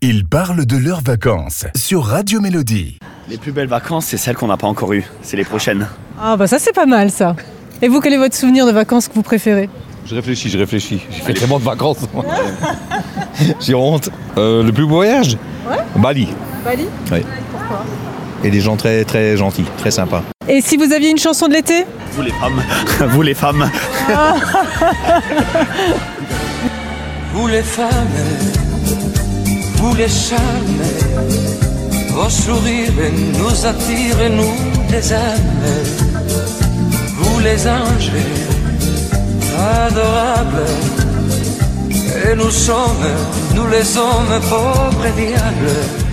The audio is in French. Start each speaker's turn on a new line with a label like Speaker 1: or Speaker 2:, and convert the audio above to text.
Speaker 1: Ils parlent de leurs vacances sur Radio Mélodie.
Speaker 2: Les plus belles vacances, c'est celles qu'on n'a pas encore eues. C'est les prochaines.
Speaker 3: Ah bah ça c'est pas mal ça. Et vous, quel est votre souvenir de vacances que vous préférez
Speaker 4: Je réfléchis, je réfléchis. J'ai fait tellement de vacances. J'ai honte. Euh, le plus beau voyage Bali.
Speaker 3: Bali
Speaker 4: Oui.
Speaker 3: Pourquoi
Speaker 4: Et des gens très très gentils, très sympas.
Speaker 3: Et si vous aviez une chanson de l'été
Speaker 2: Vous les femmes. Vous les femmes.
Speaker 5: Vous les femmes, vous les charmes, vos sourires nous attirent, nous les âmes. Vous les anges, adorables, et nous sommes, nous les hommes, pauvres diables.